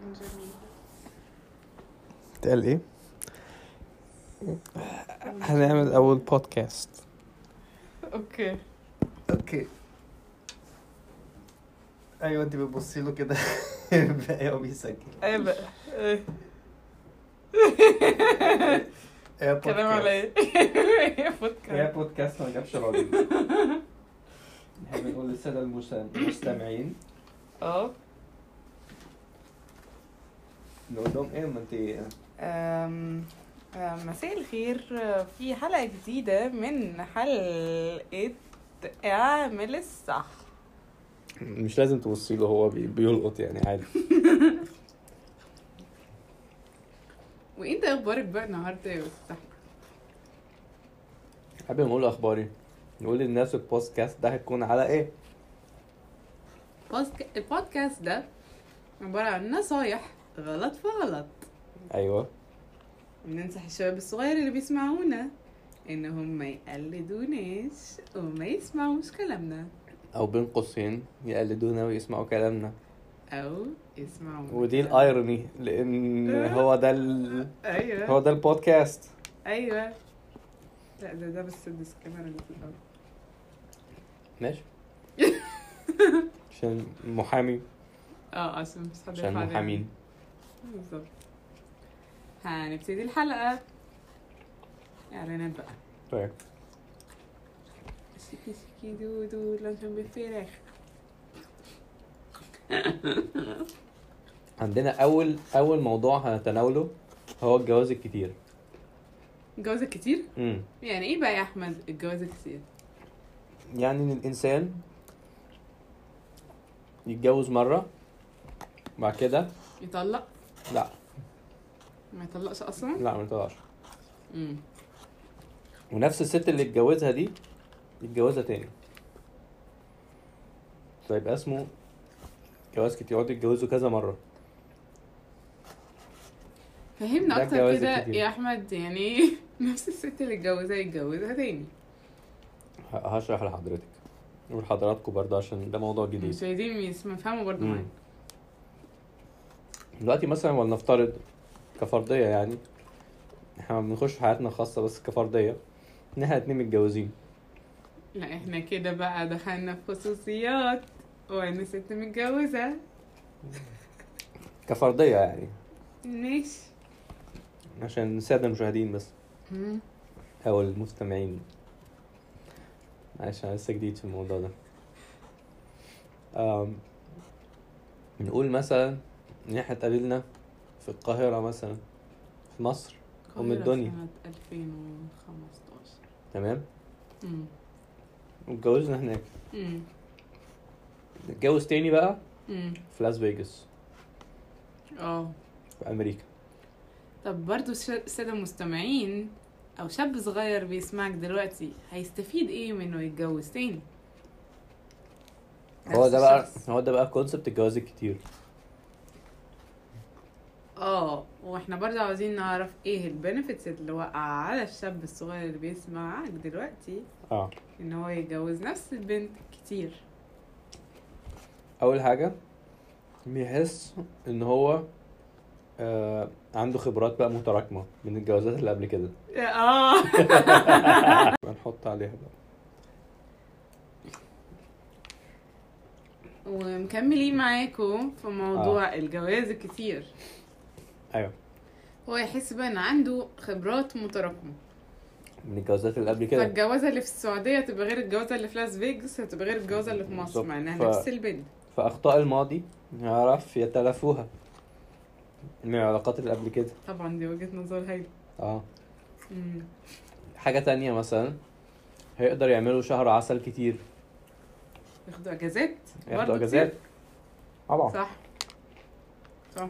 جميل تقال ايه هنعمل اول بودكاست اوكي اوكي ايوه انت بتبصي له كده بقى هو بيسجل ايه بقى ايه ايه كلام على ايه ايه بودكاست بودكاست ما جابش راجل نحب نقول للساده المس- المستمعين اه نقول لهم ايه ما انت أم- أم، مساء الخير في حلقة جديدة من حلقة اعمل الصح مش لازم تبصي له هو بي- بيلقط يعني عادي وانت اخبارك بقى النهارده يا مفتاح قبل ما اقول اخباري نقول للناس البودكاست ده هيكون على ايه بودك- البودكاست ده عبارة عن نصايح غلط في غلط ايوه بننصح الشباب الصغير اللي بيسمعونا ان هم ما يقلدوناش وما يسمعوش كلامنا او بين قوسين يقلدونا ويسمعوا كلامنا او يسمعونا ودي الايروني آه. لان هو ده ال... ايوه هو ده البودكاست ايوه لا ده ده بس الديسكليمر اللي في الاول ماشي عشان محامي اه عشان مش حد عشان يرفع علينا. محامين بالظبط هنبتدي الحلقه اعلانات بقى طيب شيكي شيكي دودو لانشون بالفراخ عندنا اول اول موضوع هنتناوله هو الجواز الكتير جوازك كتير امم يعني ايه بقى يا احمد الجوازك كتير يعني ان الانسان يتجوز مره بعد كده يطلق لا ما يطلقش اصلا لا ما يطلعش امم ونفس الست اللي اتجوزها دي يتجوزها تاني فيبقى اسمه جواز كتير يقعدوا يتجوزوا كذا مره فهمنا ده اكتر الجواز كده الكتير. يا احمد يعني إيه نفس الست اللي اتجوزها يتجوزها تاني ه- هشرح لحضرتك ولحضراتكم برضه عشان ده موضوع جديد مش عايزين يس- يفهموا برضه مم. معانا دلوقتي مثلا ولنفترض كفرضية يعني احنا ما بنخش في حياتنا الخاصة بس كفرضية ان احنا اتنين متجوزين لا احنا كده بقى دخلنا في خصوصيات وانا ست متجوزه كفرضية يعني ماشي عشان السادة المشاهدين بس مم. او المستمعين معلش انا لسه جديد في الموضوع ده أم، نقول مثلا ان احنا اتقابلنا في القاهرة مثلا في مصر أم القاهرة الدنيا. سنة 2015 تمام مم. واتجوزنا هناك مم. نتجوز تاني بقى مم. في لاس فيجاس اه في امريكا طب برضه الساده المستمعين او شاب صغير بيسمعك دلوقتي هيستفيد ايه من انه يتجوز تاني هو نفس ده بقى الشخص. هو ده بقى كونسبت الجواز الكتير اه واحنا برضه عاوزين نعرف ايه البنفيتس اللي وقع على الشاب الصغير اللي بيسمعك دلوقتي اه ان هو يتجوز نفس البنت كتير اول حاجه بيحس ان هو آه عنده خبرات بقى متراكمه من الجوازات اللي قبل كده اه هنحط عليها بقى ومكملين معاكم في آه. موضوع الجواز الكتير ايوه هو يحس بقى ان عنده خبرات متراكمه من الجوازات اللي قبل كده فالجوازه اللي في السعوديه هتبقى غير الجوازه اللي في لاس فيجاس هتبقى غير الجوازه اللي في مصر بالظبط. مع انها ف- نفس البنت فاخطاء الماضي يعرف يتلافوها من العلاقات اللي قبل كده طبعا دي وجهه نظر هايله اه مم. حاجه تانية مثلا هيقدر يعملوا شهر عسل كتير ياخدوا اجازات برضه ياخدوا اجازات طبعا صح صح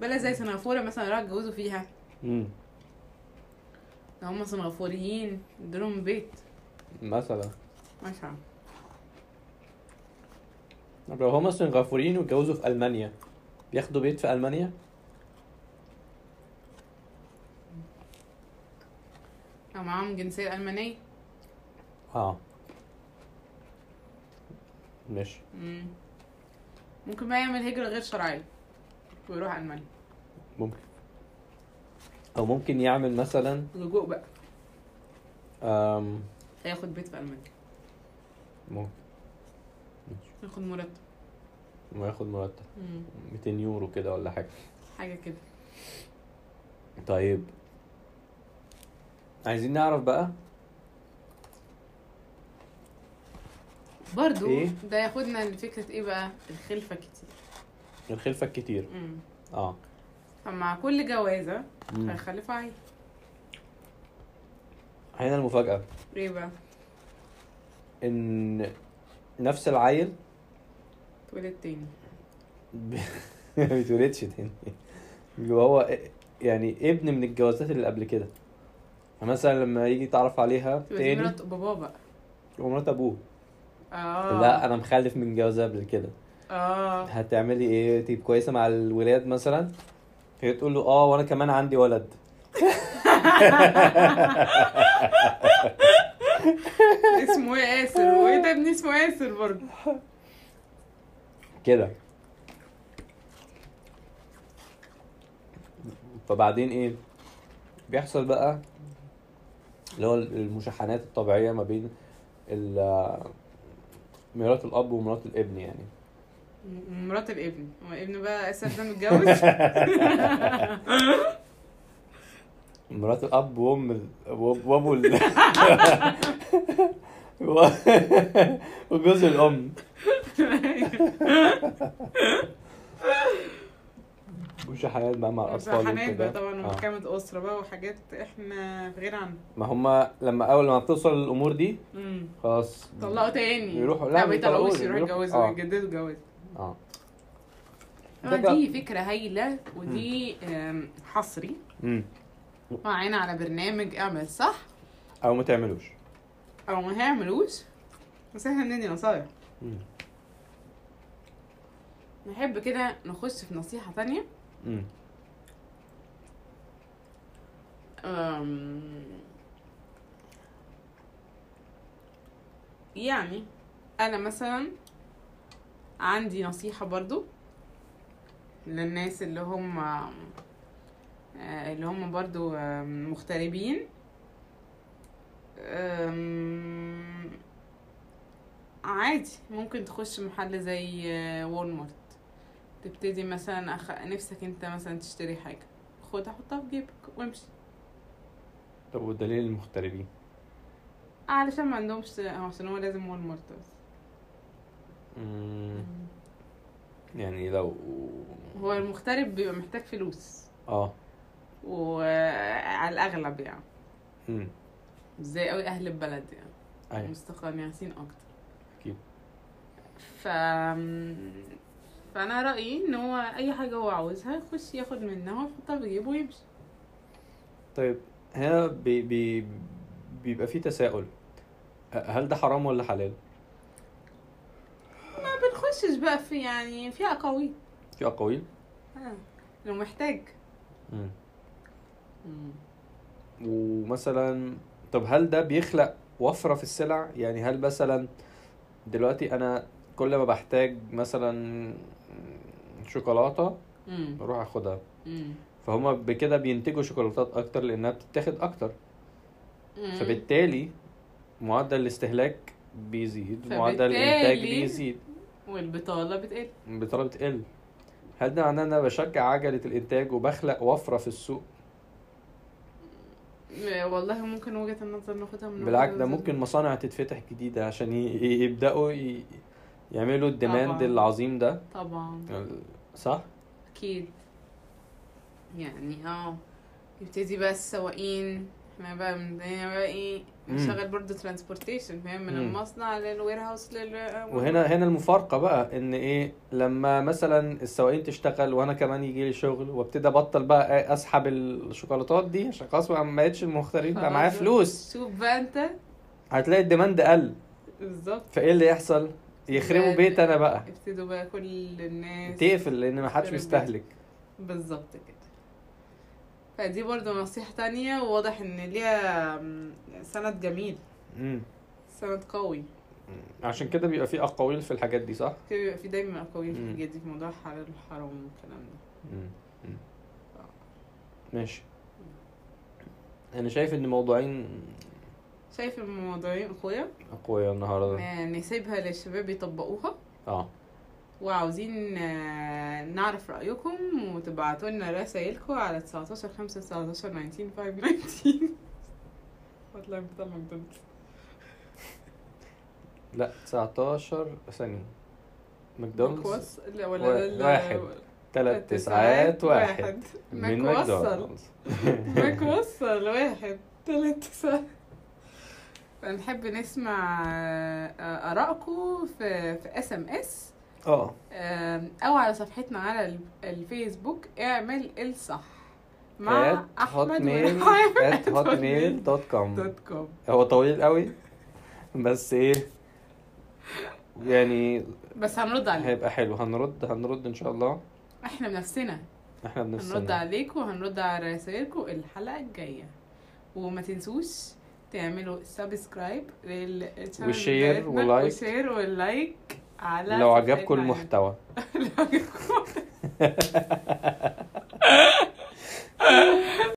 بلد زي سنغافورة مثلا راحوا اتجوزوا فيها مم. لو هم سنغافوريين ادولهم بيت مثلا مش عارف طب لو هما سنغافوريين واتجوزوا في المانيا بياخدوا بيت في المانيا لو معاهم جنسية ألمانية اه ماشي مم. ممكن بقى يعمل هجرة غير شرعية ويروح المانيا ممكن او ممكن يعمل مثلا لجوء بقى آم، هياخد بيت في المانيا ممكن هياخد مرتب ما ياخد مرتب مم. 200 يورو كده ولا حاجه حاجه كده طيب عايزين نعرف بقى برضو إيه؟ ده ياخدنا لفكره ايه بقى الخلفه كتير الخلفه الكتير مم. اه فمع كل جوازه مم. هيخلف عيل هنا المفاجاه ايه بقى ان نفس العيل اتولد تاني ب- ما بيتولدش تاني بيبقى هو يعني ابن من الجوازات اللي قبل كده مثلا لما يجي تعرف عليها تبقى دي تاني مرات بابا بقى ومرات ابوه اه لا انا مخلف من جوازة قبل كده اه هتعملي ايه تبقي كويسه مع الولاد مثلا هي تقول له اه وانا كمان عندي ولد اسمه ايه ياسر وايه ده ابني اسمه ياسر برضه كده فبعدين ايه بيحصل بقى اللي هو المشاحنات الطبيعيه ما بين ال- مرات الاب ومرات الابن يعني مرات الابن هو ابنه بقى ياسر ده متجوز مرات الاب وام ال- واب- وابو ال... و- وجوز الام مشاحنات بقى مع الاطفال حنان وكده. بقى طبعا آه. ومحكمة أسرة بقى وحاجات احنا غير عنها ما هما لما اول ما بتوصل الامور دي امم خلاص طلقوا تاني يروحوا- لا، لا ما ما بيطلقوش بيطلقوش، يروحوا بيروحوا- يتجوزوا آه. يجددوا جواز اه ده كان- آه، دي فكرة هايلة ودي آم، حصري مم. معانا على برنامج اعمل صح او ما تعملوش او ما هيعملوش بس احنا بندي نصايح مم. نحب كده نخش في نصيحة تانية مم. أم، يعني انا مثلا عندي نصيحة برضو للناس اللي هم آه، اللي هم برضو آه، مغتربين أم، عادي ممكن تخش محل زي آه، وولمارت تبتدي مثلا أخ... نفسك انت مثلا تشتري حاجة خدها حطها في جيبك وامشي طب والدليل المغتربين آه، علشان ما عندهمش هو عشان هو لازم وول مارت بس مم. يعني لو هو المغترب بيبقى محتاج فلوس اه وعلى الاغلب يعني مم. مش زي قوي اهل البلد يعني ايوه مستقيمين اكتر أكيد. ف فانا رايي ان هو اي حاجه هو عاوزها يخش ياخد منها ويحطها في جيبه ويمشي طيب هنا بي بي بيبقى في تساؤل هل ده حرام ولا حلال؟ ما بنخشش بقى في يعني في اقاويل في اقاويل آه. لو محتاج مم. ومثلا طب هل ده بيخلق وفرة في السلع؟ يعني هل مثلا دلوقتي انا كل ما بحتاج مثلا شوكولاتة امم بروح اخدها امم فهما بكده بينتجوا شوكولاتات اكتر لانها بتتاخد اكتر فبالتالي معدل الاستهلاك بيزيد معدل الانتاج فبالتالي- بيزيد والبطاله بتقل بطلب تقل هل ده معناه ان انا بشجع عجله الانتاج وبخلق وفره في السوق والله ممكن وجهه النظر ناخدها من بالعكس وجهة ده نظر. ممكن مصانع تتفتح جديده عشان ي- ي- يبداوا ي- يعملوا الديماند طبعاً. العظيم ده طبعا صح اكيد يعني اه يبتدي بقى السواقين احنا بقى من هنا بقى ايه مم. نشغل برضه ترانسبورتيشن فاهم من مم. المصنع للوير هاوس لل آه. وهنا هنا المفارقه بقى ان ايه لما مثلا السواقين تشتغل وانا كمان يجي لي شغل وابتدي ابطل بقى اسحب الشوكولاتات دي عشان خلاص بقى ما بقتش المغتربين بقى معايا خلاص. فلوس شوف بقى انت هتلاقي الديماند قل بالظبط فايه اللي يحصل يخربوا بقى- بيت انا بقى ابتدوا بقى كل الناس تقفل لان ما حدش يخرب بيت. بيستهلك بالظبط كده فدي برضه نصيحة تانية وواضح ان ليها سند جميل امم سند قوي عشان كده بيبقى في اقاويل في الحاجات دي صح؟ كده بيبقى في دايما اقاويل في مم. الحاجات دي في موضوع الحلال والحرام والكلام ده ماشي انا شايف ان موضوعين شايف الموضوعين اخويا اقوياء النهارده آه، نسيبها للشباب يطبقوها اه وعاوزين آه، نعرف رأيكم وتبعتوا لنا رسايلكم على 19 5 19 19 519 والله بتاع ماكدونالدز لا 19 ثانية ماكدونالدز مكوص لا ولا ده ال- واحد. ثلاث تسعات واحد من مكوصل ماكدونالدز مكوصل واحد ثلاث تسعات فنحب نسمع آه، آرائكم في في اس ام اس اه آم، او على صفحتنا على ال- الفيسبوك اعمل الصح مع احمد هوتميل ورحاب ات هوتميل دوت كوم دوت كوم هو طويل قوي بس ايه يعني بس هنرد عليك هيبقى حلو هنرد هنرد ان شاء الله احنا بنفسنا احنا بنفسنا هنرد عليكم وهنرد على رسائلكم الحلقه الجايه وما تنسوش تعملوا سبسكرايب للشانل وشير بتاعتنا، ولايك. وشير ولايك على لو صفحتنا عجبكم على- المحتوى لو عجبكم